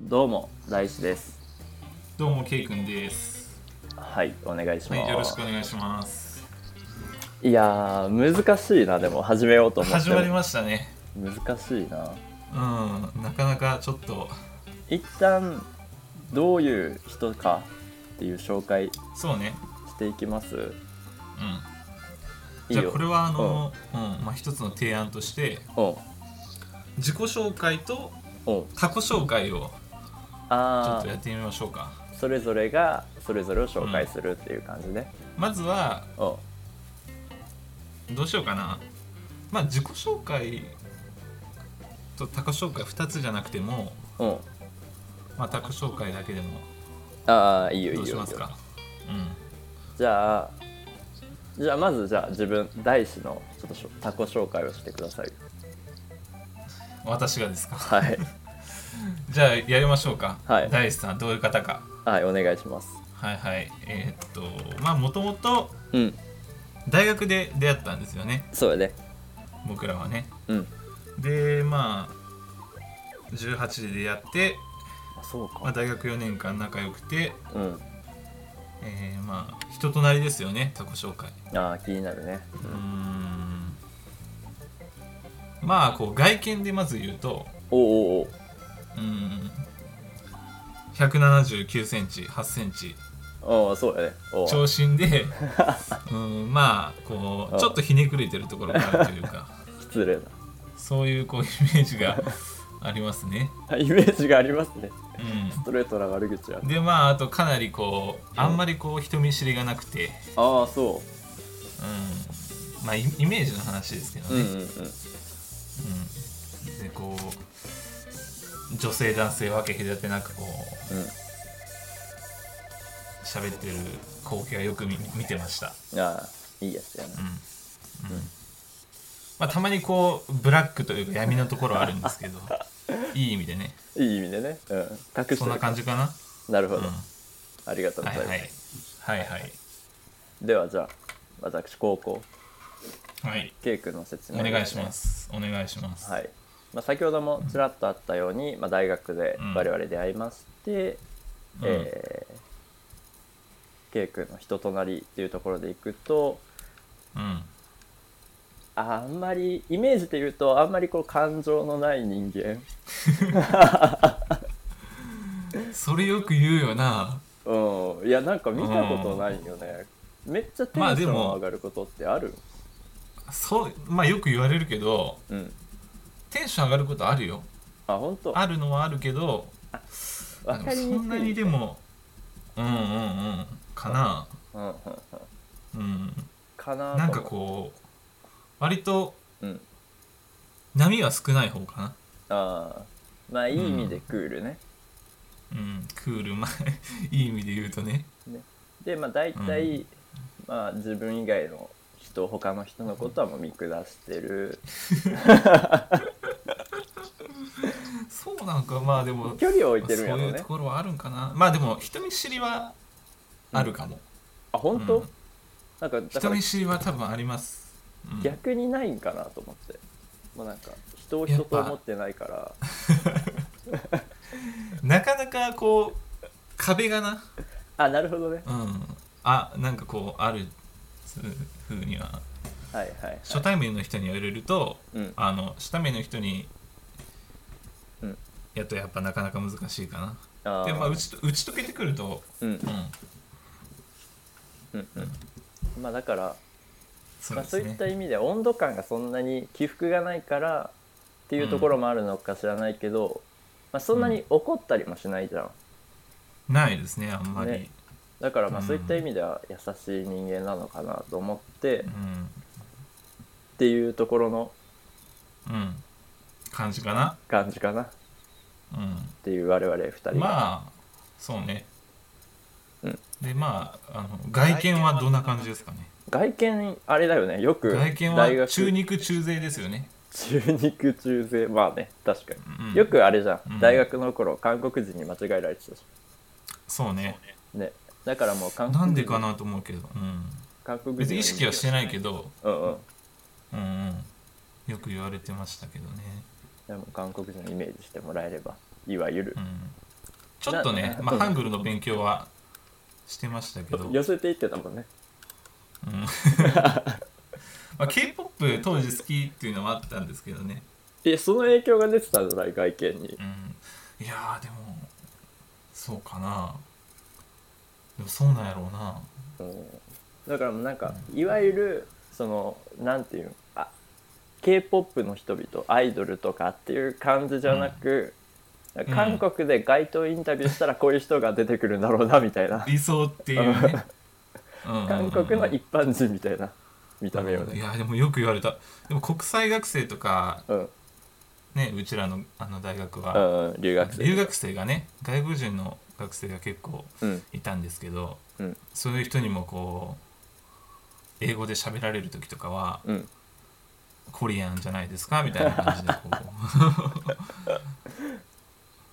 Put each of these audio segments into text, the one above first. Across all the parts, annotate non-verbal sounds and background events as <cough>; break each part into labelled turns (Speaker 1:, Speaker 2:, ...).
Speaker 1: どうも大志です
Speaker 2: どうも、けいくんです。
Speaker 1: はいお願いし
Speaker 2: はい、よ
Speaker 1: ま
Speaker 2: ろし
Speaker 1: す
Speaker 2: くお願いします。
Speaker 1: いやー難しいなでも始めようと思って
Speaker 2: 始まり
Speaker 1: も
Speaker 2: ましたね。
Speaker 1: 難しいな
Speaker 2: うん、なかなかちょっと、
Speaker 1: 一旦どういう人かっていう紹介
Speaker 2: そうね。
Speaker 1: していきます
Speaker 2: う
Speaker 1: い
Speaker 2: ん。
Speaker 1: い
Speaker 2: じゃあ、
Speaker 1: よ
Speaker 2: これはあの、うん、まあ、一つの提案として、自己紹介と
Speaker 1: うんうん
Speaker 2: 他己紹介をちょ
Speaker 1: あ
Speaker 2: っとやってみましょうか。
Speaker 1: あそれぞれがそれぞれを紹介するっていう感じね
Speaker 2: まずは、
Speaker 1: うん
Speaker 2: どうしようかな。まあ、自己紹介と他己紹介2つじゃなくても、
Speaker 1: うん
Speaker 2: まあ、他己紹介だけでも、
Speaker 1: ああいいよいいよ
Speaker 2: どう
Speaker 1: いい
Speaker 2: し
Speaker 1: よ
Speaker 2: ますか。うん。
Speaker 1: じゃあじゃあまずじゃあ自分大志のちょっとしょ他己紹介をしてください
Speaker 2: 私がですか。 <laughs>
Speaker 1: はい
Speaker 2: じゃあ、やりましょうか。
Speaker 1: はい
Speaker 2: 大志さん、どういう方か。
Speaker 1: はいお願いします
Speaker 2: はいはいえーっとまあもともと
Speaker 1: うん
Speaker 2: 大学で出会ったんですよね
Speaker 1: そうやね
Speaker 2: 僕らはね
Speaker 1: うん
Speaker 2: でまあ18で出会って、
Speaker 1: あそうか
Speaker 2: まあ、大学4年間仲良くて、
Speaker 1: うん
Speaker 2: えーまあ人となりですよね他己紹介
Speaker 1: ああ気になるね
Speaker 2: うーんまあこう外見でまず言うと
Speaker 1: おうおう
Speaker 2: うーん179センチ8センチ
Speaker 1: おうああそうやねおう
Speaker 2: 長身でうーんまあこうちょっとひねくれてるところがあるというか
Speaker 1: 失礼な
Speaker 2: そういうこうイメージ <laughs> がありますね。
Speaker 1: あイメージがありますねス
Speaker 2: う
Speaker 1: トレートな悪口や
Speaker 2: ん、
Speaker 1: ね
Speaker 2: でまああとかなりこうあんまりこう人見知りがなくて、
Speaker 1: ああそ
Speaker 2: うん、まあイイメージの話ですけど
Speaker 1: ううん
Speaker 2: ね、
Speaker 1: う
Speaker 2: うん
Speaker 1: んうん
Speaker 2: でこう女性男性分け隔てなくこう
Speaker 1: う
Speaker 2: 喋ってる光景はよく見見てました。
Speaker 1: んああいいやつやね
Speaker 2: うんうんまあ、たまにこうブラックというか闇のところはあるんです <laughs> けどいい意味でね
Speaker 1: いい意味でねうん隠して
Speaker 2: そんな
Speaker 1: る
Speaker 2: 感じかな、
Speaker 1: なるほ
Speaker 2: うん、
Speaker 1: ど
Speaker 2: は
Speaker 1: ありがとうござい
Speaker 2: い
Speaker 1: ま
Speaker 2: は
Speaker 1: す
Speaker 2: いはいはい
Speaker 1: ではじゃあ私高校
Speaker 2: はい、
Speaker 1: K 君の説
Speaker 2: お
Speaker 1: 明
Speaker 2: 願いしますす。お願いします。
Speaker 1: はいまあ、先ほどもちらっとあったように、まあ、大学で
Speaker 2: うん
Speaker 1: 我々出会いまして、
Speaker 2: うん
Speaker 1: えー、K 君の人となりっていうところでいくと
Speaker 2: うん。
Speaker 1: ああんまりイメージで言うとあんまりこう感情のない人間、
Speaker 2: それよく言うよな。
Speaker 1: うん、いやなんか見たことないよね、めっちゃテン
Speaker 2: まあ
Speaker 1: シ
Speaker 2: で
Speaker 1: ョン
Speaker 2: も
Speaker 1: 上がることってある、
Speaker 2: そう、まあよく言われるけど、
Speaker 1: うん
Speaker 2: テンション上がることあるよ。
Speaker 1: あ本当
Speaker 2: あるのはあるけど、
Speaker 1: わか
Speaker 2: で
Speaker 1: り
Speaker 2: も
Speaker 1: にくい
Speaker 2: そんなにでも、うんうんうん、かな。
Speaker 1: うんうんうん
Speaker 2: うん。
Speaker 1: かな
Speaker 2: なんかこう、割と
Speaker 1: う、うん、
Speaker 2: 波は少ない方か
Speaker 1: あーまあいい意味でクールね、
Speaker 2: な。うん、クール、まあ、 <laughs> いい意味で言うとね。
Speaker 1: でまあ大体、まあ、自分以外の人他の人のことはもう見下してる
Speaker 2: そうなんか、まあでも、
Speaker 1: 距離を置い
Speaker 2: そう
Speaker 1: てるんや
Speaker 2: い
Speaker 1: ろ
Speaker 2: う
Speaker 1: ね
Speaker 2: ところはあるんかな。まあでも、人見知りはあるかも。
Speaker 1: あ本当、
Speaker 2: うん
Speaker 1: なんかだか
Speaker 2: 人
Speaker 1: ら
Speaker 2: 見知りは多分あります、うん
Speaker 1: 逆にないんかなと思ってもうなんか人を人と思ってないから
Speaker 2: なかなかこう壁がな、
Speaker 1: あなるほどね
Speaker 2: うん、あなんかこうあるふうには
Speaker 1: はいはい、はい、
Speaker 2: 初対面の人に言われると
Speaker 1: うん
Speaker 2: あの初対面の人に
Speaker 1: うん
Speaker 2: やっとやっぱなかなか難しいか
Speaker 1: あ
Speaker 2: な
Speaker 1: ー
Speaker 2: でまあ打ち打ち解けてくると、
Speaker 1: うん
Speaker 2: う
Speaker 1: う
Speaker 2: ん、
Speaker 1: んうんまあだから
Speaker 2: そう
Speaker 1: まあ、
Speaker 2: で
Speaker 1: そう
Speaker 2: す
Speaker 1: いっ
Speaker 2: ね
Speaker 1: た意味で温度感がそんなに起伏がないからっていうところもあるのか知らないけど、まあ、そんなに怒ったりもしないじゃん
Speaker 2: ないですねあんまり、
Speaker 1: ねだからまあ
Speaker 2: うん
Speaker 1: そういった意味では優しい人間なのかなと思って、
Speaker 2: う
Speaker 1: っ
Speaker 2: ん
Speaker 1: ていうところの
Speaker 2: うん感じかな
Speaker 1: 感じかなっ
Speaker 2: うん
Speaker 1: ていう我々2人が、
Speaker 2: まあそうね、
Speaker 1: うん
Speaker 2: でまああの外見はどんな感じですかね
Speaker 1: 外見あれだよねよく
Speaker 2: 外見
Speaker 1: 大
Speaker 2: は
Speaker 1: 学
Speaker 2: 中肉中背ですよね、
Speaker 1: 中肉中背まあね確かに、
Speaker 2: うん
Speaker 1: よくあれじゃん、
Speaker 2: うん
Speaker 1: 大学の頃韓国人に間違えられてたし
Speaker 2: そうね
Speaker 1: ねだからもう韓国人
Speaker 2: なんでかなと思うけど、うん、
Speaker 1: 韓国人
Speaker 2: 別に意識はしてないけど、
Speaker 1: うんうん
Speaker 2: うんうん、よく言われてましたけどね、
Speaker 1: でも韓国人のイメージしてもらえればいわゆる
Speaker 2: うん、ちょっとね、
Speaker 1: な
Speaker 2: まあ、ハングルの勉強はしてましたけど、うん
Speaker 1: 寄せていってたもんね
Speaker 2: まあ、K-POP 当時好きっていうのもあったんですけどね、
Speaker 1: えその影響が出てたんじゃない外見に
Speaker 2: うん、いやーでもそうかなでもそうなんやろうな
Speaker 1: うんだからもうなんかいわゆるそのなんていうのあ k p o p の人々アイドルとかっていう感じじゃなく、
Speaker 2: ん
Speaker 1: 韓国で街頭インタビューしたらこういう人が出てくるんだろうなみたいな、
Speaker 2: 理想っていうね
Speaker 1: <laughs> 韓国の
Speaker 2: 一
Speaker 1: 一般人みたいな見た目よ
Speaker 2: い
Speaker 1: ね、
Speaker 2: やでもよく言われたでも国際学生とか
Speaker 1: うん
Speaker 2: ねうちらのあの大学
Speaker 1: う
Speaker 2: は、
Speaker 1: んうん、留学生
Speaker 2: 留学生がね外国人の学生が結構
Speaker 1: うん
Speaker 2: いたんですけど、
Speaker 1: うん
Speaker 2: そういう人にもこう英語で喋られる時とかは
Speaker 1: うん
Speaker 2: 「コリアンじゃないですか」みたいな感じでこ
Speaker 1: <laughs>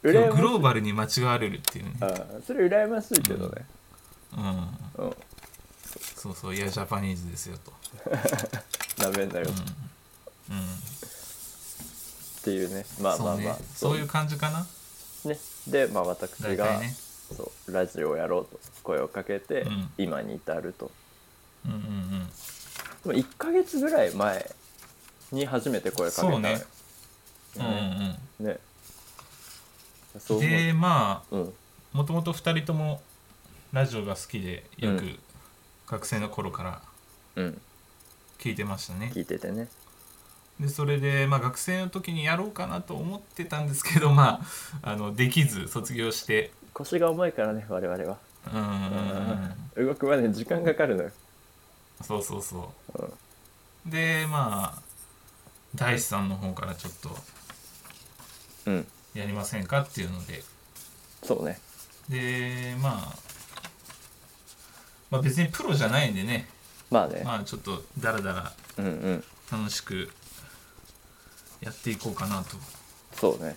Speaker 2: う
Speaker 1: 羨ま
Speaker 2: グローバルに間違われるっていうね、
Speaker 1: あそれ羨ましいけどね、
Speaker 2: うん、
Speaker 1: うん、
Speaker 2: そうそういやジャパニーズですよと、
Speaker 1: なめんなよ
Speaker 2: うん
Speaker 1: っ
Speaker 2: うん、
Speaker 1: ていうねまあま
Speaker 2: そ
Speaker 1: あ
Speaker 2: う
Speaker 1: ま
Speaker 2: ね
Speaker 1: あ
Speaker 2: そういう感じかな
Speaker 1: うねでまあ私
Speaker 2: 大
Speaker 1: が、
Speaker 2: 体ね
Speaker 1: そうラジオをやろうと声をかけて、
Speaker 2: うん
Speaker 1: 今に至ると
Speaker 2: うんうんうん
Speaker 1: でも1ヶ月ぐらい前に初めて声かけた
Speaker 2: そうねうん
Speaker 1: ねねそううん思
Speaker 2: でま
Speaker 1: ううん
Speaker 2: あもともと2人ともラジオが好きでよ
Speaker 1: う
Speaker 2: く学生の頃から
Speaker 1: うん
Speaker 2: 聞いてましたね、
Speaker 1: 聞いててね
Speaker 2: でそれで、まあ、学生の時にやろうかなと思ってたんですけど、まあ、あのできず卒業して
Speaker 1: 腰が重いからね我々は
Speaker 2: うんうんうん
Speaker 1: 動くまで時間かかるのよ
Speaker 2: そうそうそう、でまあ大志さんの方からちょっと
Speaker 1: うん
Speaker 2: やりませんかっていうので
Speaker 1: そうね
Speaker 2: で、まあ、まあ別にプロじゃないんでね
Speaker 1: まあね、
Speaker 2: まあちょっとダラダラ
Speaker 1: うんうん
Speaker 2: 楽しくやっていこうかなと、
Speaker 1: そうね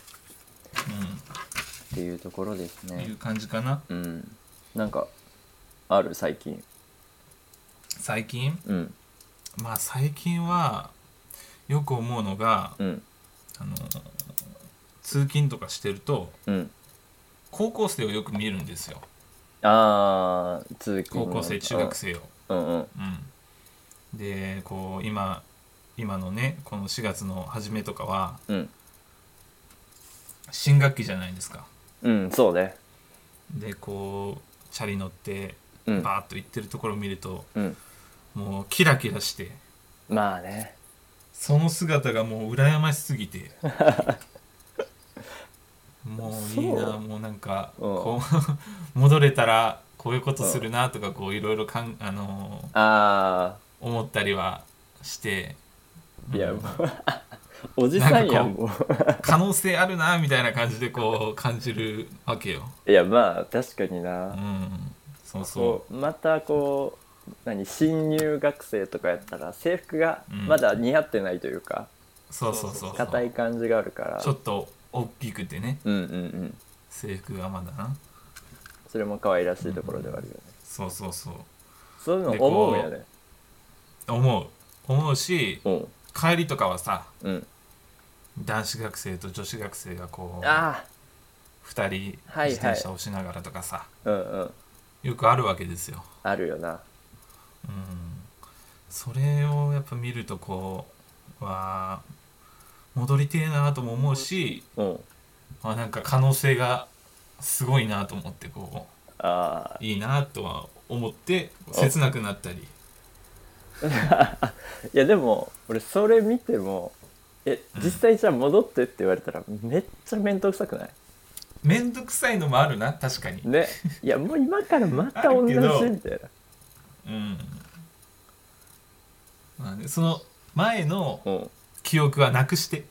Speaker 2: う
Speaker 1: っていうところです
Speaker 2: んい
Speaker 1: ね
Speaker 2: う感じかな
Speaker 1: うんなんかある最近
Speaker 2: 最近
Speaker 1: うん
Speaker 2: まあ最近はよく思うのが、
Speaker 1: うん
Speaker 2: あの通勤とかしてると
Speaker 1: うん
Speaker 2: 高校生をよく見るんですよ
Speaker 1: あー通勤
Speaker 2: 高校生中学生を。
Speaker 1: うんうん
Speaker 2: うん、でこう今今のねこの4月の初めとかは
Speaker 1: うん
Speaker 2: 新学期じゃないですか。
Speaker 1: うんそうね
Speaker 2: でこうチャリ乗って
Speaker 1: うん
Speaker 2: バーッと行ってるところを見ると、
Speaker 1: うん
Speaker 2: もうキラキラして
Speaker 1: まあね
Speaker 2: その姿がもう羨ましすぎ <laughs> てもういい
Speaker 1: そ
Speaker 2: な
Speaker 1: う
Speaker 2: もうなんか
Speaker 1: うん
Speaker 2: こう <laughs> 戻れたらこういうことするなとかこういろいろかん、あの
Speaker 1: あ
Speaker 2: ー思ったりはして
Speaker 1: あいや
Speaker 2: う
Speaker 1: も
Speaker 2: ん
Speaker 1: う <laughs> おじさんや
Speaker 2: なん
Speaker 1: ん
Speaker 2: か
Speaker 1: も
Speaker 2: 可能性あるなみたいな感じでこう感じるわけよ。
Speaker 1: <laughs> ういやまあ確かに
Speaker 2: う
Speaker 1: な、
Speaker 2: ん、そうそ
Speaker 1: こうまたこう何新入学生とかやったら制服が
Speaker 2: うん
Speaker 1: まだ似合ってないというか
Speaker 2: うそうそうそうそう
Speaker 1: 硬い感じがあるから
Speaker 2: ちょっと大きくてね
Speaker 1: うんうんうん
Speaker 2: 制服がまだな
Speaker 1: それも可愛らしいところではあるよね、
Speaker 2: そうそうそう
Speaker 1: そういうの思うよね
Speaker 2: 思う思うし
Speaker 1: うん
Speaker 2: 帰りとかはさ
Speaker 1: うん
Speaker 2: 男子学生と女子学生がこう
Speaker 1: あ
Speaker 2: 2人
Speaker 1: はいはい
Speaker 2: 自転車をしながらとかさ、
Speaker 1: あうんうん
Speaker 2: よくあるわけですよ、
Speaker 1: あるよな
Speaker 2: うん、それをやっぱ見るとこうは戻りてえなとも思うし、
Speaker 1: うん
Speaker 2: まあ、なんか可能性がすごいなと思ってこ
Speaker 1: ああ
Speaker 2: ういいなとは思って切なくなったり
Speaker 1: いやでも俺それ見てもえ実際じゃあ戻ってって言われたらめっちゃ面倒くさくない
Speaker 2: 面倒くさいのもあるな確かに、 <laughs>
Speaker 1: ねいやもう今からまた同じみたいな
Speaker 2: うんまあね、その前の
Speaker 1: うん
Speaker 2: 記憶はなくして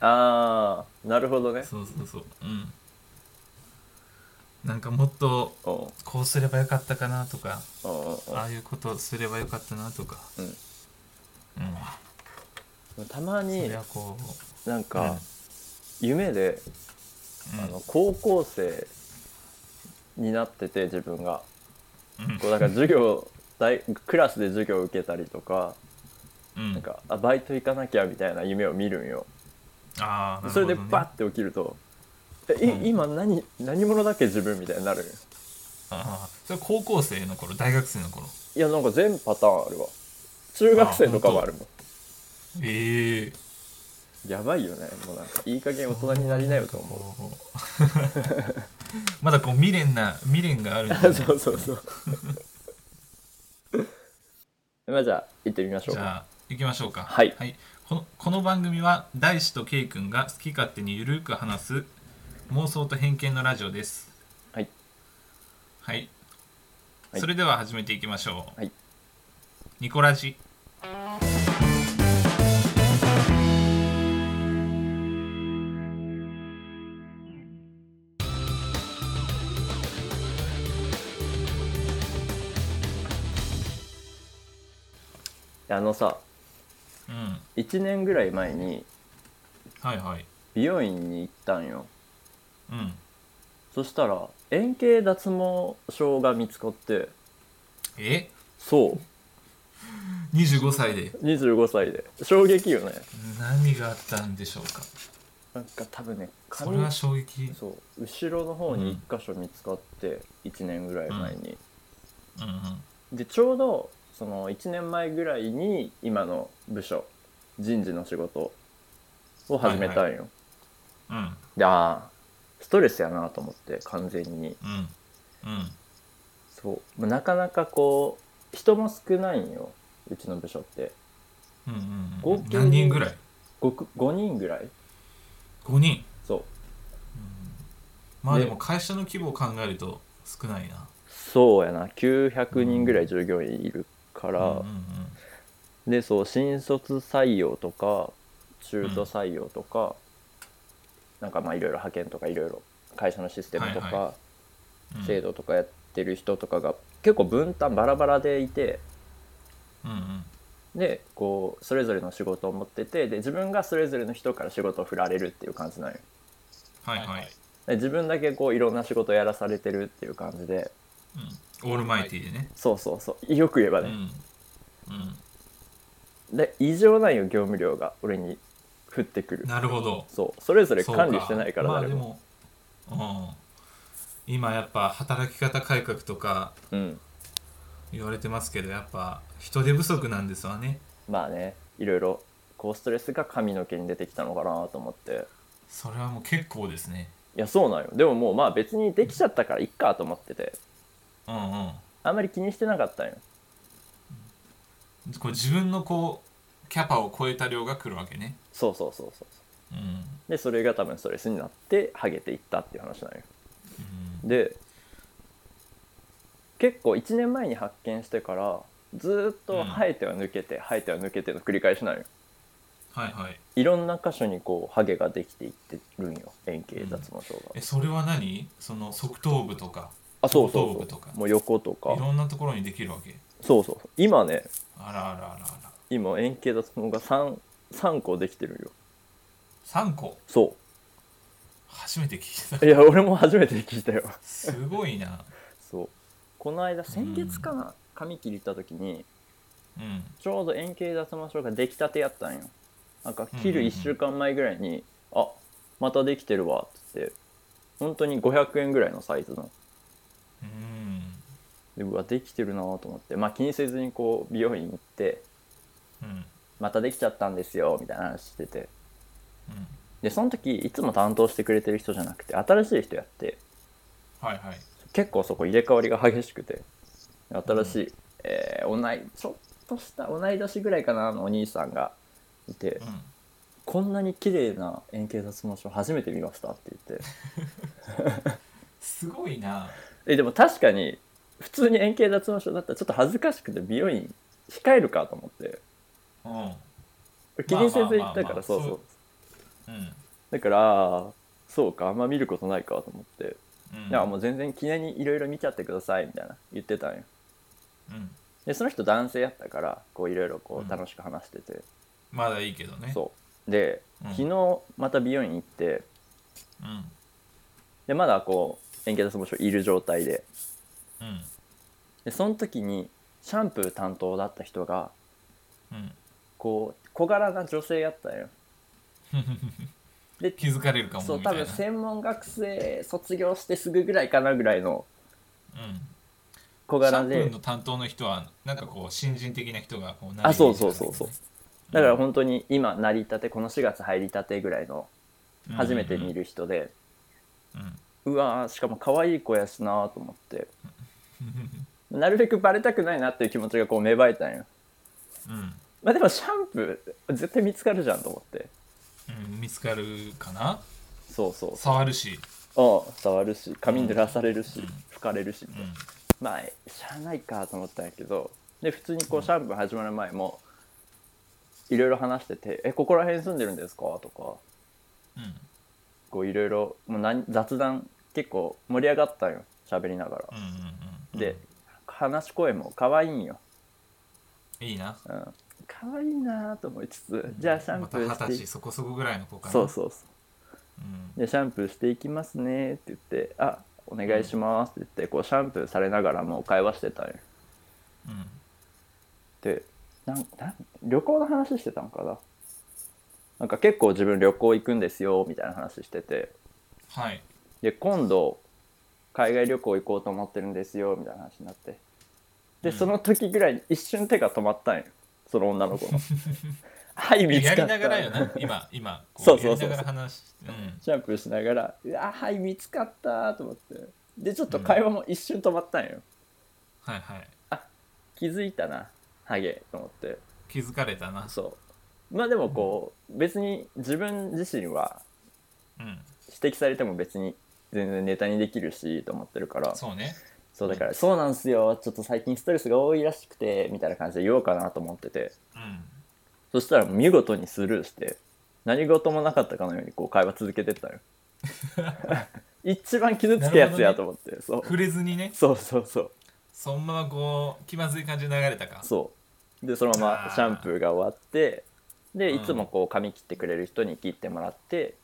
Speaker 1: ああなるほどね
Speaker 2: そうそうそううんなんかもっと
Speaker 1: うん
Speaker 2: こうすればよかったかなとか
Speaker 1: うんうん
Speaker 2: ああいうことすればよかったなとか
Speaker 1: うん
Speaker 2: うん
Speaker 1: うんたま
Speaker 2: そ
Speaker 1: に
Speaker 2: れはこ
Speaker 1: なん
Speaker 2: う、うん
Speaker 1: か夢であの高校生になってて自分が
Speaker 2: うん
Speaker 1: こうだから授業大クラスで授業を受けたりとか
Speaker 2: うん、
Speaker 1: なんかあバイト行かなきゃみたいな夢を見るんよ
Speaker 2: ああな
Speaker 1: そ
Speaker 2: る
Speaker 1: れ
Speaker 2: ほど、ね、
Speaker 1: でバッて起きるとえい今何何者だっけ自分みたいになる
Speaker 2: ああそれ高校生の頃大学生の頃
Speaker 1: いやなんか全パターンあるわ中学生とかもあるもん
Speaker 2: ええ
Speaker 1: やばいよねもうなんかいい加減大人になりなよと
Speaker 2: <laughs>
Speaker 1: 思う <laughs>
Speaker 2: こうまだこう未練な未練があるんだ
Speaker 1: あ
Speaker 2: ね
Speaker 1: そうそう <laughs> そうまあじゃあ行ってみましょう
Speaker 2: じゃあ行きましょうか
Speaker 1: はい
Speaker 2: このこの番組は大志とケイ君が好き勝手にゆるく話す妄想と偏見のラジオです
Speaker 1: はい
Speaker 2: はい、
Speaker 1: はい
Speaker 2: それでは始めていきましょう、
Speaker 1: はい
Speaker 2: ニコラジ
Speaker 1: あのさ
Speaker 2: うん
Speaker 1: 1年ぐらい前に
Speaker 2: はいはい
Speaker 1: 美容院に行ったんよ
Speaker 2: うん
Speaker 1: そしたら円形脱毛症が見つかって
Speaker 2: え <laughs>
Speaker 1: そ
Speaker 2: 25歳で
Speaker 1: う25歳で衝撃よね
Speaker 2: 何があったんでしょうか
Speaker 1: なんか多分ね
Speaker 2: それは衝撃
Speaker 1: そう後ろの方に1箇所見つかって1年ぐらい前に、
Speaker 2: うんうん
Speaker 1: でちょうどその1年前ぐらいに今の部署人事の仕事を始めたんよ、
Speaker 2: うん
Speaker 1: でああストレスやなと思って完全に
Speaker 2: うんうん
Speaker 1: そうまあなかなかこう人も少ないんようちの部署って
Speaker 2: うんうんう
Speaker 1: 合
Speaker 2: ん
Speaker 1: 計
Speaker 2: 何人ぐらい
Speaker 1: 5, 5人ぐらい
Speaker 2: 5人
Speaker 1: そう
Speaker 2: まあ
Speaker 1: ね
Speaker 2: でも会社の規模を考えると少ないな
Speaker 1: そうやな900人ぐらい従業員いるから、
Speaker 2: うんうんうん
Speaker 1: でそう新卒採用とか中途採用とか、なんかまあいろいろ派遣とかいろいろ会社のシステムとか、
Speaker 2: はいはうん
Speaker 1: 制度とかやってる人とかが結構分担バラバラでいて
Speaker 2: うんうん
Speaker 1: でこうそれぞれの仕事を持っててで自分がそれぞれの人から仕事を振られるっていう感じなんよ
Speaker 2: はいはい
Speaker 1: で自分だけこういろんな仕事をやらされてるっていう感じで
Speaker 2: うんオールマイティーでね
Speaker 1: そうそうそうよく言えば
Speaker 2: う
Speaker 1: ね、
Speaker 2: んうん
Speaker 1: で異常なんよ業務量が俺に降ってくる
Speaker 2: なるほど
Speaker 1: そうそれぞれ
Speaker 2: そう
Speaker 1: 管理してないから
Speaker 2: まあ
Speaker 1: 誰
Speaker 2: で
Speaker 1: も,、
Speaker 2: も、うん、今やっぱ働き方改革とか
Speaker 1: うん
Speaker 2: 言われてますけどやっぱ人手不足なんですわね
Speaker 1: まあねいろいろこうストレスが髪の毛に出てきたのかなと思って
Speaker 2: それはもう結構ですね
Speaker 1: いやそうなんよでももうまあ別にできちゃったからいっかと思ってて
Speaker 2: うんうん
Speaker 1: あんまり気にしてなかったんよ
Speaker 2: こう自分のこうキャパを超えた量が来るわけね
Speaker 1: そうそうそうそう
Speaker 2: うん、
Speaker 1: でそれが多分ストレスになってハゲていったっていう話なんよ
Speaker 2: うん、
Speaker 1: で結構1年前に発見してからずーっ
Speaker 2: う
Speaker 1: と
Speaker 2: ん
Speaker 1: 生えては抜けて、生えては抜けての繰り返しなんよ
Speaker 2: はいはい
Speaker 1: いろんな箇所にこうハゲができていってるんよ円形脱毛症が、
Speaker 2: えそれは何その側頭部とか
Speaker 1: あそうそう
Speaker 2: 後頭
Speaker 1: そう
Speaker 2: 部とか
Speaker 1: もう横と
Speaker 2: い
Speaker 1: か
Speaker 2: ろんなところにできるわけ
Speaker 1: そうそうそう今ね
Speaker 2: あらあらあらあら
Speaker 1: 今円形脱毛が 3, 3個できてるよ
Speaker 2: 3個
Speaker 1: そ
Speaker 2: 初めて聞い
Speaker 1: <laughs>
Speaker 2: う
Speaker 1: いや俺も初めて聞いたよ
Speaker 2: たすごいな
Speaker 1: そうこの間先月かな髪切り行った時に
Speaker 2: うん
Speaker 1: ちょうど円形脱毛症ができたてやったんよなんか切
Speaker 2: うん
Speaker 1: る
Speaker 2: うんうん
Speaker 1: 1週間前ぐらいに「あまたできてるわ」っつって本当に500円ぐらいのサイズの
Speaker 2: うん
Speaker 1: でうわできてるなと思ってまあ気にせずにこう美容院行って
Speaker 2: うん
Speaker 1: 「またできちゃったんですよ」みたいな話してて
Speaker 2: うん
Speaker 1: でその時いつも担当してくれてる人じゃなくて新しい人やって
Speaker 2: はいはい
Speaker 1: 結構そこ入れ替わりが激しくて新しい、えー同いちょっとした同い年ぐらいかなのお兄さんがいて、
Speaker 2: うん
Speaker 1: こんなに綺麗な円形脱毛症初めて見ましたって言って
Speaker 2: すごいな
Speaker 1: えでも確かに普通に円形脱毛症だったらちょっと恥ずかしくて美容院控えるかと思って
Speaker 2: うん
Speaker 1: 気にせず行
Speaker 2: まあまあまあまあ
Speaker 1: ったからそうそ
Speaker 2: そうううん
Speaker 1: だからあーそうかあんま見ることないかと思って、
Speaker 2: うん
Speaker 1: いやもう全然記念にいろいろ見ちゃってくださいみたいな言ってたんよ
Speaker 2: うん
Speaker 1: でその人男性やったからこういろいろこ
Speaker 2: うん
Speaker 1: う楽しく話してて、
Speaker 2: まだいいけどね
Speaker 1: そうで
Speaker 2: うん
Speaker 1: 昨日また美容院行って
Speaker 2: うん
Speaker 1: でまだこう円形脱毛症いる状態で
Speaker 2: うん
Speaker 1: でその時にシャンプー担当だった人が
Speaker 2: うん
Speaker 1: こう小柄な女性やったんよで
Speaker 2: 気づかれるかも
Speaker 1: そう
Speaker 2: み
Speaker 1: 多
Speaker 2: たいな
Speaker 1: 分専門学生卒業してすぐぐらいかなぐらいの
Speaker 2: うん
Speaker 1: 小
Speaker 2: シャ
Speaker 1: 柄
Speaker 2: ンプー
Speaker 1: で
Speaker 2: の担当の人はなんかこう新人的な人がこう
Speaker 1: あそうそうそうそうだから本当に今成り立てこの4月入りたてぐらいの
Speaker 2: うん
Speaker 1: 初めて見る人で、
Speaker 2: うん
Speaker 1: うわーしかも可愛い子やしなーと思ってなるべくバレたくないなっていう気持ちがこう芽生えたんよ
Speaker 2: うん
Speaker 1: まあでもシャンプー絶対見つかるじゃんと思って
Speaker 2: うん見つかるかな
Speaker 1: そうそう
Speaker 2: 触るし、
Speaker 1: ああ触るし髪濡らされるし、吹かれるしみ
Speaker 2: う
Speaker 1: たいなんまあしゃあないかと思ったんやけどで普通にこうシャンプー始まる前もいろいろ話してて「えここら辺住んでるんですか?」とか
Speaker 2: うん
Speaker 1: こういろいろもう何雑談結構盛り上がったんよ喋りながら
Speaker 2: うんうんうん、
Speaker 1: で話し声も可愛いんよ、
Speaker 2: いいな
Speaker 1: うん、可愛いなと思いつつじゃあシャンプー
Speaker 2: また
Speaker 1: し
Speaker 2: 二十
Speaker 1: て
Speaker 2: 歳そこそこぐらいの子かな
Speaker 1: そうそうそう
Speaker 2: うん、
Speaker 1: でシャンプーしていきますねって言って「あお願いします」って言ってこうシャンプーされながらもう会話してたんよ
Speaker 2: うん、
Speaker 1: でなんなん旅行の話してたんかななんか結構自分旅行行くんですよみたいな話してて
Speaker 2: はい
Speaker 1: で今度海外旅行行こうと思ってるんですよみたいな話になってで、
Speaker 2: うん
Speaker 1: その時ぐらいに一瞬手が止まったんよその女の子のはい <laughs> 見つか
Speaker 2: <laughs> や
Speaker 1: った
Speaker 2: りながらよな今今こ
Speaker 1: そうそうそう
Speaker 2: やりながら話しうん
Speaker 1: <laughs> シャンプーしながら「うわはい見つかった」と思ってでちょっと会話も一瞬止まったんよ、
Speaker 2: はいはい
Speaker 1: 気づいたなハゲと思って
Speaker 2: 気づかれたな
Speaker 1: そうまあでもこう、別に自分自身は
Speaker 2: うん
Speaker 1: 指摘されても別に全然ネタにできるしと思ってるから
Speaker 2: そうね
Speaker 1: そうだから「そうなんすよちょっと最近ストレスが多いらしくて」みたいな感じで言おうかなと思ってて
Speaker 2: うん
Speaker 1: そしたら見事にスルーして何事もなかったかのようにこう会話続けてった
Speaker 2: <laughs>
Speaker 1: よ一番傷つくやつやと思って、そう
Speaker 2: 触れずにね
Speaker 1: そうそうそう
Speaker 2: そのままこう気まずい感じで流れたか
Speaker 1: そうでそのま
Speaker 2: あ
Speaker 1: ま
Speaker 2: ー
Speaker 1: シャンプーが終わってで
Speaker 2: うん
Speaker 1: いつもこう髪切ってくれる人に切ってもらって、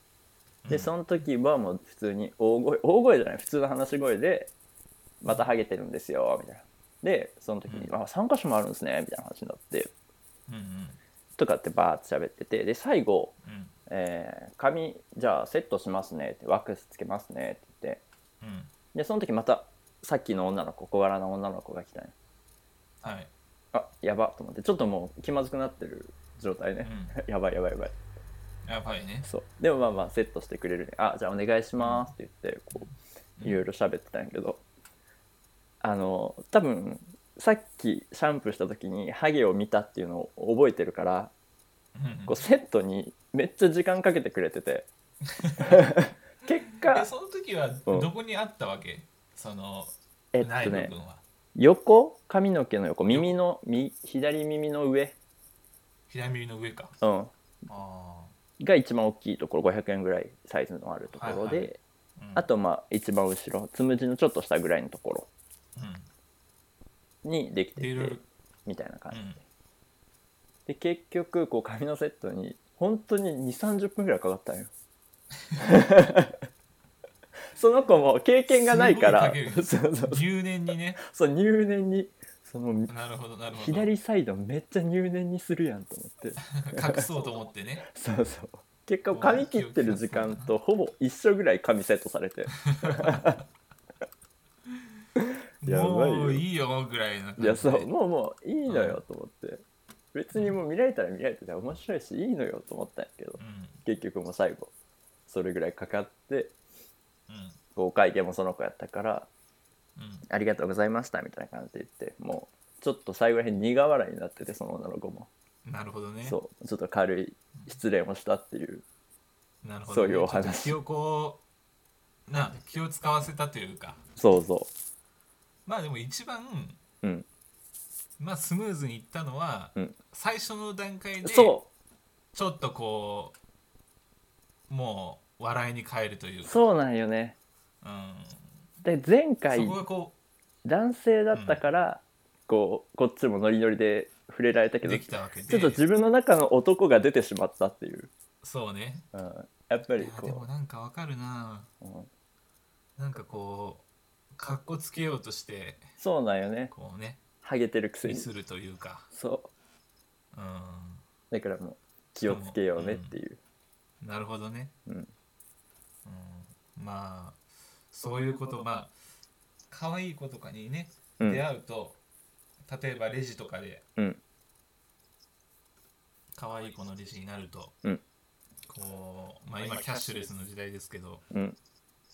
Speaker 1: でその時はもう普通に大声大声じゃない普通の話し声で「またハゲてるんですよ」みたいなでその時に「
Speaker 2: うん
Speaker 1: あ3箇所もあるんですね」みたいな話になって
Speaker 2: うんうん
Speaker 1: とかってバーって喋っててで最後
Speaker 2: うん
Speaker 1: 「えー髪じゃあセットしますね」ってワックスつけますねって言って
Speaker 2: うん
Speaker 1: でその時またさっきの女の子小柄な女の子が来たんよ
Speaker 2: はい
Speaker 1: あやばと思ってちょっともう気まずくなってる状態ね、 <laughs> やばいやばいやばい
Speaker 2: やばいね
Speaker 1: そうでもまあまあセットしてくれるねあじゃあお願いしますって言ってこう
Speaker 2: う
Speaker 1: んいろいろ喋ってたんやけどあの多分さっきシャンプーした時にハゲを見たっていうのを覚えてるから
Speaker 2: うん
Speaker 1: こうセットにめっちゃ時間かけてくれて
Speaker 2: <laughs>
Speaker 1: て結
Speaker 2: で
Speaker 1: 果
Speaker 2: その時は
Speaker 1: うん
Speaker 2: どこにあったわけその
Speaker 1: えっ
Speaker 2: ない
Speaker 1: と
Speaker 2: 部
Speaker 1: ね
Speaker 2: 分は
Speaker 1: 横髪の毛の横耳のみ左耳の上、
Speaker 2: 左耳の上か
Speaker 1: うん、
Speaker 2: あ
Speaker 1: が一番大きいところ500円ぐらいサイズのあるところで、
Speaker 2: はいはいーうん
Speaker 1: あとまあ一番後ろつむじのちょっと下ぐらいのところ
Speaker 2: うん
Speaker 1: にできて
Speaker 2: でいろいろ
Speaker 1: てみたいな感じ
Speaker 2: うん
Speaker 1: で結局こう髪のセットに本当に2 3 0分ぐらいかか
Speaker 2: <laughs>
Speaker 1: ったんよその子も経験がないから
Speaker 2: すごいかける
Speaker 1: そうそう
Speaker 2: 入念にね
Speaker 1: そう入念にその
Speaker 2: なるほどなるほど
Speaker 1: 左サイドめっちゃ入念にするやんと思って
Speaker 2: 隠そうと思ってね
Speaker 1: そうそう結果髪切ってる時間とほぼ一緒ぐらい髪セットされて <laughs> やばいよ
Speaker 2: もういいよぐらいな感じ
Speaker 1: い
Speaker 2: で
Speaker 1: やそうもうもういいのよと思って別にもう見られたら見られてたら面白いしいいのよと思ったんやけど
Speaker 2: うん
Speaker 1: 結局もう最後それぐらいかかって
Speaker 2: うん
Speaker 1: こうお会計もその子やったから
Speaker 2: うん
Speaker 1: 「ありがとうございました」みたいな感じで言ってもうちょっと最後らへん苦笑いになっててその女の子も、
Speaker 2: なるほどね。
Speaker 1: そうちょっと軽い失礼をしたっていう
Speaker 2: なるほど、
Speaker 1: そ
Speaker 2: ね。
Speaker 1: ういうお話
Speaker 2: ちょっと気をこう、な、気を使わせたというか。
Speaker 1: そうそ
Speaker 2: まあでも一番、
Speaker 1: ううん
Speaker 2: まあスムーズにいったのは、
Speaker 1: うん
Speaker 2: 最初の段階で、ちょ
Speaker 1: そ
Speaker 2: っとこう、もう笑いに変えるといううか。
Speaker 1: そうなんよね
Speaker 2: うん。
Speaker 1: で前回
Speaker 2: そこがこ
Speaker 1: 男性だったから、こうこっちもノリノリで触れられたけ
Speaker 2: う、
Speaker 1: ど
Speaker 2: できたわけで。
Speaker 1: ちょっと自分の中の男が出てしまったっていう、
Speaker 2: そうね。
Speaker 1: うん、やっぱ
Speaker 2: い
Speaker 1: り
Speaker 2: やでも
Speaker 1: こ
Speaker 2: なんかわかるな。
Speaker 1: う、うん
Speaker 2: なんかこう、かっこつけようとして、
Speaker 1: そうなんよね
Speaker 2: こうね、
Speaker 1: ハゲてるくせ
Speaker 2: ミ
Speaker 1: に
Speaker 2: スるというか。
Speaker 1: そう
Speaker 2: うん。
Speaker 1: だからもう気をつけようねっていう、
Speaker 2: なるほどね、
Speaker 1: うん
Speaker 2: うんまあそういうことまあ可愛い子とかにね
Speaker 1: うん
Speaker 2: 出会うと、例えばレジとかで
Speaker 1: うん
Speaker 2: 可愛い子のレジになると、
Speaker 1: うん
Speaker 2: こう、まあ、今キャッシュレスの時代ですけど
Speaker 1: うん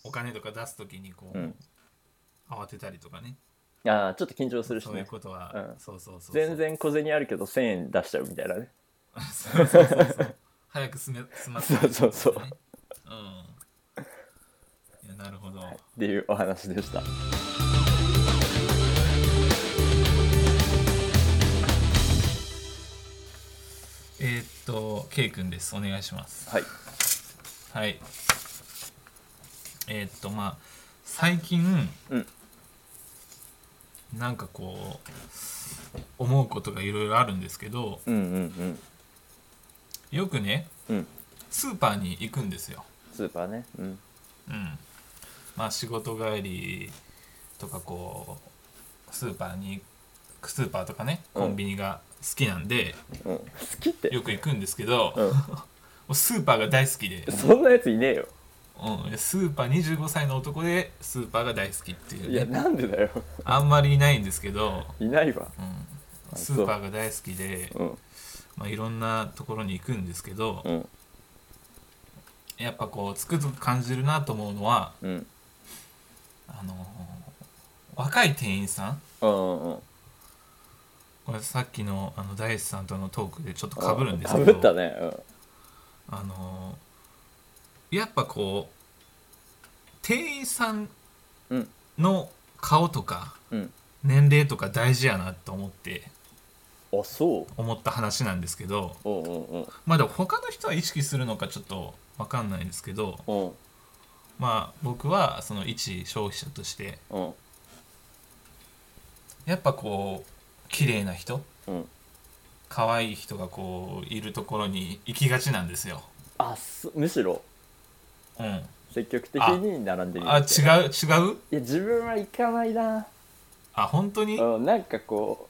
Speaker 2: お金とか出す時にこう、
Speaker 1: うん
Speaker 2: 慌てたりとかね
Speaker 1: ああちょっと緊張するし
Speaker 2: そういう
Speaker 1: ね
Speaker 2: ことは、
Speaker 1: うん
Speaker 2: そうそうそうそう
Speaker 1: 全然小銭あるけど1000円出しちゃうみたいなね
Speaker 2: そうそうそうそう早く済め済ませたい
Speaker 1: そうそうそう
Speaker 2: うんいやなるほど、
Speaker 1: っていうお話でした
Speaker 2: えーっと K 君ですお願いします
Speaker 1: はい
Speaker 2: はいえーっとまあ最近、
Speaker 1: うん
Speaker 2: なんかこう思うことがいろいろあるんですけど
Speaker 1: うんうん
Speaker 2: よくね
Speaker 1: うんうん
Speaker 2: スーパーに行くんですよ
Speaker 1: スーパーねうん
Speaker 2: うん、まあ仕事帰りとかこうスーパーにスーパーとかね
Speaker 1: うん
Speaker 2: コンビニが好きなんで、
Speaker 1: うん好きって
Speaker 2: よく行くんですけど、も
Speaker 1: う
Speaker 2: うスーパーが大好きで
Speaker 1: ん、そんなやついねえよ
Speaker 2: うん、スーパー25歳の男でスーパーが大好きって
Speaker 1: いや
Speaker 2: いう、ね、
Speaker 1: なんでだよ
Speaker 2: あんまりいないんですけど、
Speaker 1: いないわ
Speaker 2: うん、
Speaker 1: あ
Speaker 2: ス
Speaker 1: そう
Speaker 2: ーパーが大好きで、
Speaker 1: うん
Speaker 2: まあ、いろんなところに行くんですけど
Speaker 1: うん
Speaker 2: やっぱこうつくづく感じるなと思うのは
Speaker 1: うん
Speaker 2: あの若い店員さん
Speaker 1: うんうん
Speaker 2: これさっきのあの大地さんとのトークでちょっとかぶるんです
Speaker 1: か
Speaker 2: け
Speaker 1: ぶ
Speaker 2: ど
Speaker 1: ったね
Speaker 2: あのーやっぱこう店員さん
Speaker 1: うん
Speaker 2: の顔とか
Speaker 1: うん
Speaker 2: 年齢とか大事やなと思って
Speaker 1: うんあそう
Speaker 2: 思った話なんですけど
Speaker 1: うんうん
Speaker 2: まあでも他の人は意識するのかちょっと分かんないですけど
Speaker 1: うん
Speaker 2: まあ僕はその一消費者として
Speaker 1: うん
Speaker 2: やっぱこう綺麗な人
Speaker 1: うん
Speaker 2: 可愛い人がこういるところに行きがちなんですよ。
Speaker 1: あすむしろ
Speaker 2: うん、
Speaker 1: 積極的に並んでみる
Speaker 2: あ
Speaker 1: って
Speaker 2: 違う違う
Speaker 1: いや自分は行かないな、
Speaker 2: あ本当に
Speaker 1: うん、なんかこ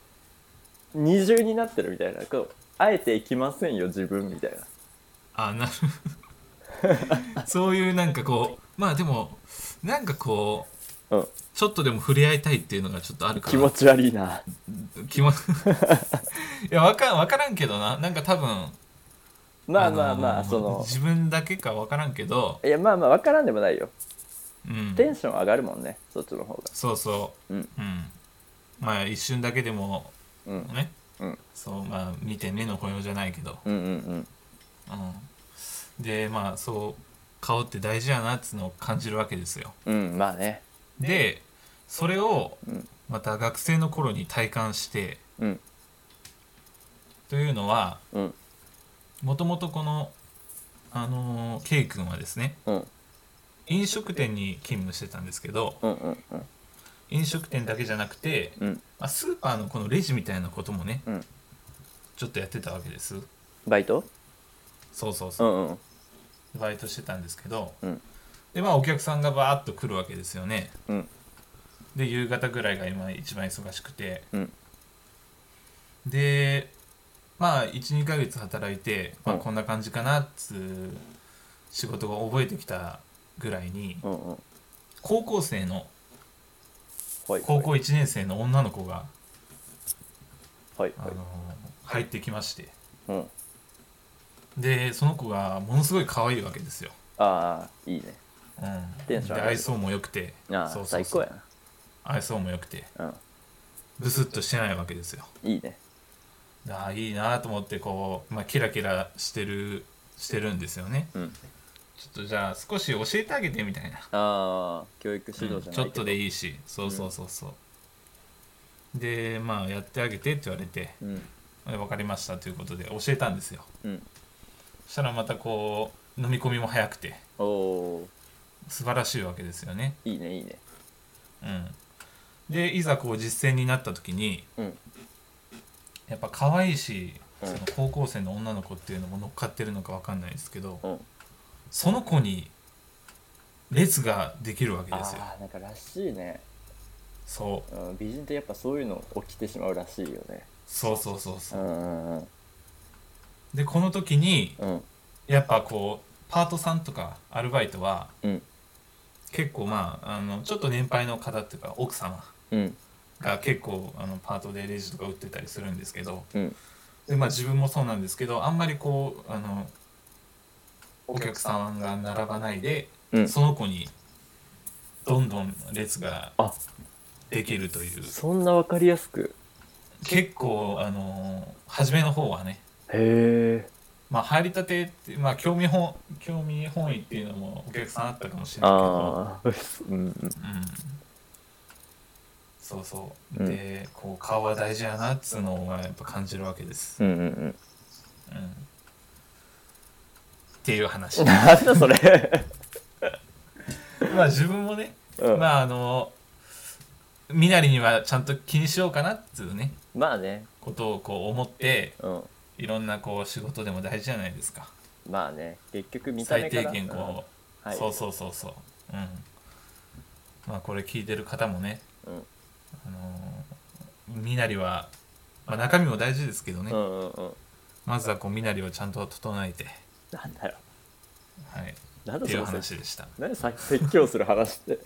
Speaker 1: う二重になってるみたいなこうあえて行きませんよ自分みたいな
Speaker 2: あなる <laughs> そういうなんかこうまあでもなんかこう
Speaker 1: うん、
Speaker 2: ちょっとでも触れ合いたいっていうのがちょっとあるから
Speaker 1: 気持ち悪い
Speaker 2: <laughs>
Speaker 1: な
Speaker 2: 気持ちいやわかわからんけどななんか多分
Speaker 1: まあ
Speaker 2: の
Speaker 1: まあまあその
Speaker 2: 自分だけかわからんけど、
Speaker 1: いやまあまあ分からんでもないよ
Speaker 2: うん、
Speaker 1: テンション上がるもんねそっちの方が
Speaker 2: そうそう
Speaker 1: うん
Speaker 2: まあ一瞬だけでも
Speaker 1: うん
Speaker 2: ね、
Speaker 1: うん
Speaker 2: そうまあ見て目の保養じゃないけど、
Speaker 1: うんうん
Speaker 2: うん、でまあそう顔って大事やなっつうのを感じるわけですよ
Speaker 1: うんうんまあね
Speaker 2: でそれを
Speaker 1: うん
Speaker 2: また学生の頃に体感して
Speaker 1: うん
Speaker 2: というのは
Speaker 1: うん
Speaker 2: もともとこの、あのー K 君はですね
Speaker 1: うん
Speaker 2: 飲食店に勤務してたんですけど
Speaker 1: うんうんうん
Speaker 2: 飲食店だけじゃなくて、
Speaker 1: うん
Speaker 2: まあ、スーパーのこのレジみたいなこともね、
Speaker 1: うん
Speaker 2: ちょっとやってたわけです
Speaker 1: バイト
Speaker 2: そうそうそうう、
Speaker 1: んうん
Speaker 2: バイトしてたんですけど、
Speaker 1: うん
Speaker 2: でまあお客さんがバーッと来るわけですよね
Speaker 1: うん
Speaker 2: で夕方ぐらいが今一番忙しくて
Speaker 1: うん
Speaker 2: でまあ12ヶ月働いて、まあ、
Speaker 1: うん
Speaker 2: こんな感じかなっつう仕事が覚えてきたぐらいに
Speaker 1: うんうん
Speaker 2: 高校生の
Speaker 1: はい
Speaker 2: 高校1年生の女の子が、
Speaker 1: はい
Speaker 2: あ
Speaker 1: は
Speaker 2: の
Speaker 1: い
Speaker 2: 入ってきまして
Speaker 1: うん
Speaker 2: でその子がものすごい可愛いわけですよ、
Speaker 1: ああいいね
Speaker 2: うん、
Speaker 1: テ
Speaker 2: で
Speaker 1: ンション上がる
Speaker 2: 愛想も良くて
Speaker 1: あ
Speaker 2: そう
Speaker 1: あ
Speaker 2: そう
Speaker 1: 最
Speaker 2: そ
Speaker 1: 高
Speaker 2: う
Speaker 1: や
Speaker 2: 愛想も良くて
Speaker 1: な
Speaker 2: ブスッとしてないわけですよ
Speaker 1: うんいいね
Speaker 2: でああいいなと思ってこう、まあ、キラキラしてるしてるんですよね
Speaker 1: うん
Speaker 2: ちょっとじゃあ少し教えてあげてみたいな
Speaker 1: ああ教育指導じゃないけ
Speaker 2: ち
Speaker 1: ど
Speaker 2: ょっとでいいしそうそうそうそう、でまあやってあげてって言われて
Speaker 1: うん
Speaker 2: 分かりましたということで教えたんですよ
Speaker 1: うん
Speaker 2: そしたらまたこう飲み込みも早くて
Speaker 1: おお
Speaker 2: 素晴らしいわけですよね
Speaker 1: ーいいねいいね
Speaker 2: うんでいざこう実践になった時に
Speaker 1: うん
Speaker 2: やっぱ可愛いし
Speaker 1: うん
Speaker 2: その高校生の女の子っていうのも乗っかってるのか分かんないですけど
Speaker 1: うん
Speaker 2: その子に列ができるわけですよ
Speaker 1: ああなんからしいね、
Speaker 2: そう
Speaker 1: うん、美人ってやっぱそういうの起きてしまうらしいよね
Speaker 2: そうそうそうそううん
Speaker 1: うんうん
Speaker 2: でこの時に
Speaker 1: うん
Speaker 2: やっぱこうパートさんとかアルバイトは
Speaker 1: うん
Speaker 2: 結構まああのちょっと年配の方っていうか奥様
Speaker 1: うん
Speaker 2: が結構あのパートでレジとか打ってたりするんですけど
Speaker 1: うん
Speaker 2: で、まあ、自分もそうなんですけどあんまりこうあのお客さんが並ばないで、
Speaker 1: うん
Speaker 2: その子にどんどん列が
Speaker 1: あ
Speaker 2: できるという
Speaker 1: そんな分かりやすく
Speaker 2: 結構あの初めの方はね
Speaker 1: へえ
Speaker 2: まあ入りたてって、まあ、興味本興味本位っていうのもお客さんあったかもしれないけど、
Speaker 1: ああうん
Speaker 2: うん、そうそう、
Speaker 1: うん
Speaker 2: でこう顔は大事やなっつうのはやっぱ感じるわけです、
Speaker 1: うんうんうん
Speaker 2: うんってい
Speaker 1: <laughs>
Speaker 2: う話
Speaker 1: なんだそれ
Speaker 2: まあ自分もね、
Speaker 1: うん
Speaker 2: まああの身なりにはちゃんと気にしようかなっつうね
Speaker 1: まあね
Speaker 2: ことをこう思って
Speaker 1: うん
Speaker 2: いろんなこう仕事でも大事じゃないですか
Speaker 1: まあね結局見た
Speaker 2: 最
Speaker 1: 目から
Speaker 2: 低限こう、
Speaker 1: うんはい
Speaker 2: そうそうそうそううんまあこれ聞いてる方もね、
Speaker 1: うん
Speaker 2: あのー身なりは、まあ、中身も大事ですけどね、
Speaker 1: うんうんうん
Speaker 2: まずはこう身なりをちゃんと整えて
Speaker 1: なんだよ
Speaker 2: はい
Speaker 1: なん
Speaker 2: っ
Speaker 1: だ
Speaker 2: ていう
Speaker 1: その説
Speaker 2: 話でした
Speaker 1: 何さ <laughs> 説教する話って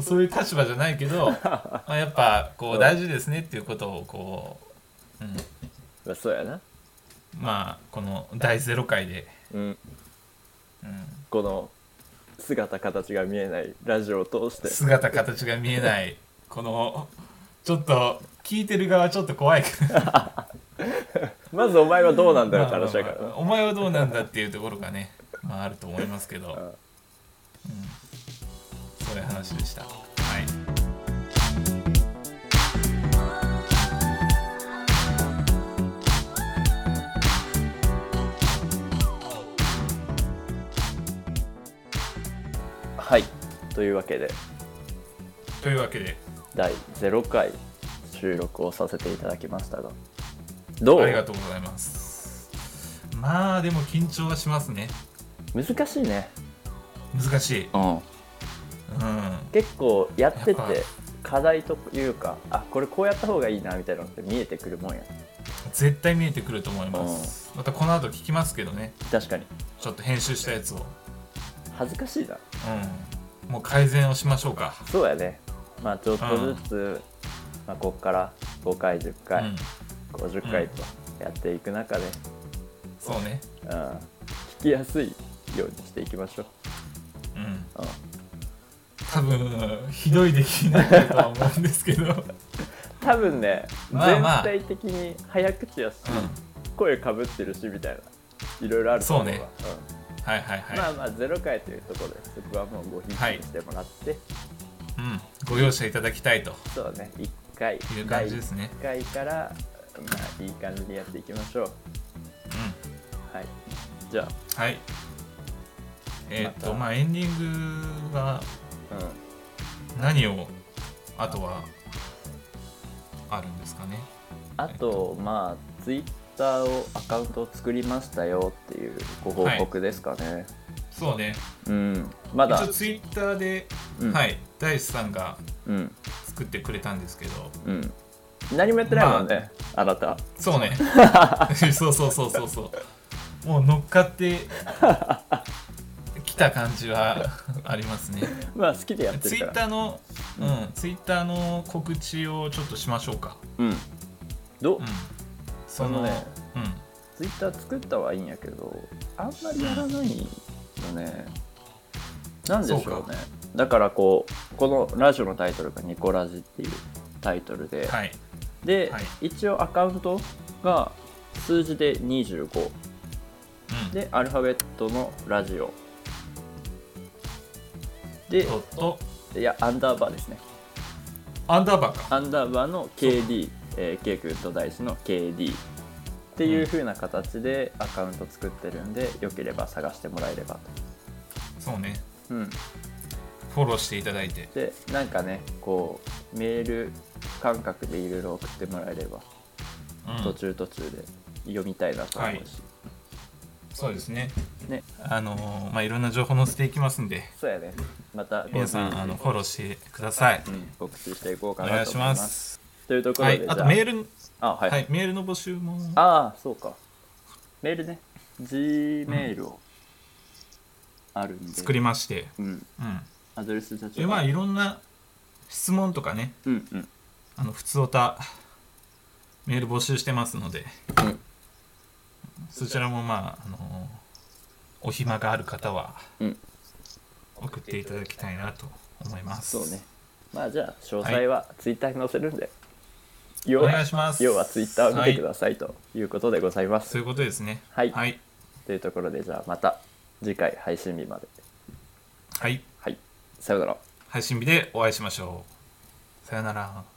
Speaker 2: そういう立場じゃないけ <laughs> どまあやっぱこう大事ですねっていうことをこう、うん、
Speaker 1: まあそうやな
Speaker 2: まあこの第0回で、
Speaker 1: うん
Speaker 2: うん、
Speaker 1: この姿形が見えないラジオを通して
Speaker 2: 姿形が見えないこのちょっと聞いてる側ちょっと怖いけど
Speaker 1: まずお前はどうなんだよって
Speaker 2: まあまあ
Speaker 1: 話だか
Speaker 2: まあ
Speaker 1: ら
Speaker 2: お前はどうなんだっていうところがね、まあ、あると思いますけど、うん、そういう話でした。はい
Speaker 1: はいというわけで
Speaker 2: というわけで
Speaker 1: 第0回収録をさせていただきましたがど
Speaker 2: ありが
Speaker 1: う
Speaker 2: とうございます。まあでも緊張はしますね
Speaker 1: 難しいね、
Speaker 2: 難しい、
Speaker 1: うん、
Speaker 2: うん、
Speaker 1: 結構やってて
Speaker 2: やっ
Speaker 1: 課題というかあこれこうやった方がいいなみたいなのって見えてくるもんや
Speaker 2: 絶対見えてくると思いますまたこの後聞きますけどね
Speaker 1: 確かに
Speaker 2: ちょっと編集したやつを、
Speaker 1: 恥ずかしいな
Speaker 2: うん、もう改善をしましょうか、
Speaker 1: そうやねまあちょっとずつ、まあ、ここから5回10回、
Speaker 2: うん、
Speaker 1: 50回とやっていく中で、
Speaker 2: そうね、
Speaker 1: うん、聞きやすいようにしていきましょう、
Speaker 2: うん、
Speaker 1: うん、
Speaker 2: 多分ひどい出来になってるとは思うんですけど
Speaker 1: 多分ね、
Speaker 2: まあまあ
Speaker 1: 全体的に早口やし、声かぶってるしみたいないろいろあると思うわ
Speaker 2: そうねはいはいは
Speaker 1: う
Speaker 2: い、
Speaker 1: んまあまあ0回というところでそこはもうごひいきにしてもらって、
Speaker 2: うん、ご容赦いただきたいと
Speaker 1: そうね1回
Speaker 2: いう感じですね、
Speaker 1: 1回からまあいい感じでやっていきましょう
Speaker 2: うん、
Speaker 1: はいじゃ
Speaker 2: はいえーっ
Speaker 1: また
Speaker 2: とまあエンディングは
Speaker 1: あ、
Speaker 2: 何をあとはあるんですかね
Speaker 1: あとまあツイッターをアカウントを作りましたよっていうご報告ですかね、
Speaker 2: そうね
Speaker 1: うんまだ
Speaker 2: 一応ツイッターで、
Speaker 1: うん
Speaker 2: はい大志さんが
Speaker 1: うん
Speaker 2: 作ってくれたんですけど
Speaker 1: うん何もやってないもんね、あなた
Speaker 2: そ
Speaker 1: <laughs>
Speaker 2: うねそうそうそうそうそうもう乗っかってきた感じはありますね
Speaker 1: まあ好きでやって
Speaker 2: ツイ
Speaker 1: る
Speaker 2: ッ
Speaker 1: から
Speaker 2: ターの、うん、ツイッターの告知をちょっとしましょうか。
Speaker 1: うんどう、
Speaker 2: うん、その、
Speaker 1: あのね
Speaker 2: うん、
Speaker 1: ツイッター作ったはいいんやけどあんまりやらないよねなんでしょ
Speaker 2: そううか
Speaker 1: ねだからこうこのラジオのタイトルが「ニコラジ」っていうタイトルで、
Speaker 2: はい、
Speaker 1: で、
Speaker 2: はい
Speaker 1: 一応アカウントが数字で25
Speaker 2: うん、
Speaker 1: でアルファベットのラジオで
Speaker 2: とと
Speaker 1: いやアンダーバーですね
Speaker 2: アンダーバーか。
Speaker 1: アンダーバーの KD、えー、K 君と大志の KD っていう風な形でアカウント作ってるんで、よければ探してもらえれば
Speaker 2: そうね、
Speaker 1: と、うん、
Speaker 2: フォローしていただいて、
Speaker 1: でなんかねこうメール感覚でいろいろ送ってもらえれば、
Speaker 2: うん
Speaker 1: 途中途中で読みたいなと思うし、
Speaker 2: はいそうですね。
Speaker 1: ね
Speaker 2: あのーまあいろんな情報載せていきますんで、
Speaker 1: そうやねまた
Speaker 2: 皆さんあのフォローしてください。
Speaker 1: うん、告知していこう
Speaker 2: お
Speaker 1: か
Speaker 2: 願
Speaker 1: ないと
Speaker 2: し
Speaker 1: 思いま
Speaker 2: ますす。
Speaker 1: というところ
Speaker 2: は
Speaker 1: で、
Speaker 2: い、あ
Speaker 1: じ
Speaker 2: と
Speaker 1: ゃあ
Speaker 2: メール、
Speaker 1: あはい、
Speaker 2: はい、メールの募集も、
Speaker 1: ああそうかメールね Gmail をあるんで、
Speaker 2: 作りまして、
Speaker 1: うん、
Speaker 2: うん、
Speaker 1: アドレスたち
Speaker 2: でまあいろんな質問とかね
Speaker 1: うんうん
Speaker 2: あの普通おたメール募集してますので、
Speaker 1: うん
Speaker 2: そちらもまああのお暇がある方は
Speaker 1: うん
Speaker 2: 送っていただきたいなと思います、
Speaker 1: そうねまあじゃあ詳細はツイッターに載せるんで、要は
Speaker 2: お願いします
Speaker 1: 要はツイッターを見てく
Speaker 2: は
Speaker 1: ださいということでございま
Speaker 2: い
Speaker 1: す、
Speaker 2: そういうことですね
Speaker 1: はい
Speaker 2: はい、
Speaker 1: というところでじゃあまた次回配信日まで
Speaker 2: はい、
Speaker 1: はいさようなら
Speaker 2: 配信日でお会いしましょうさよなら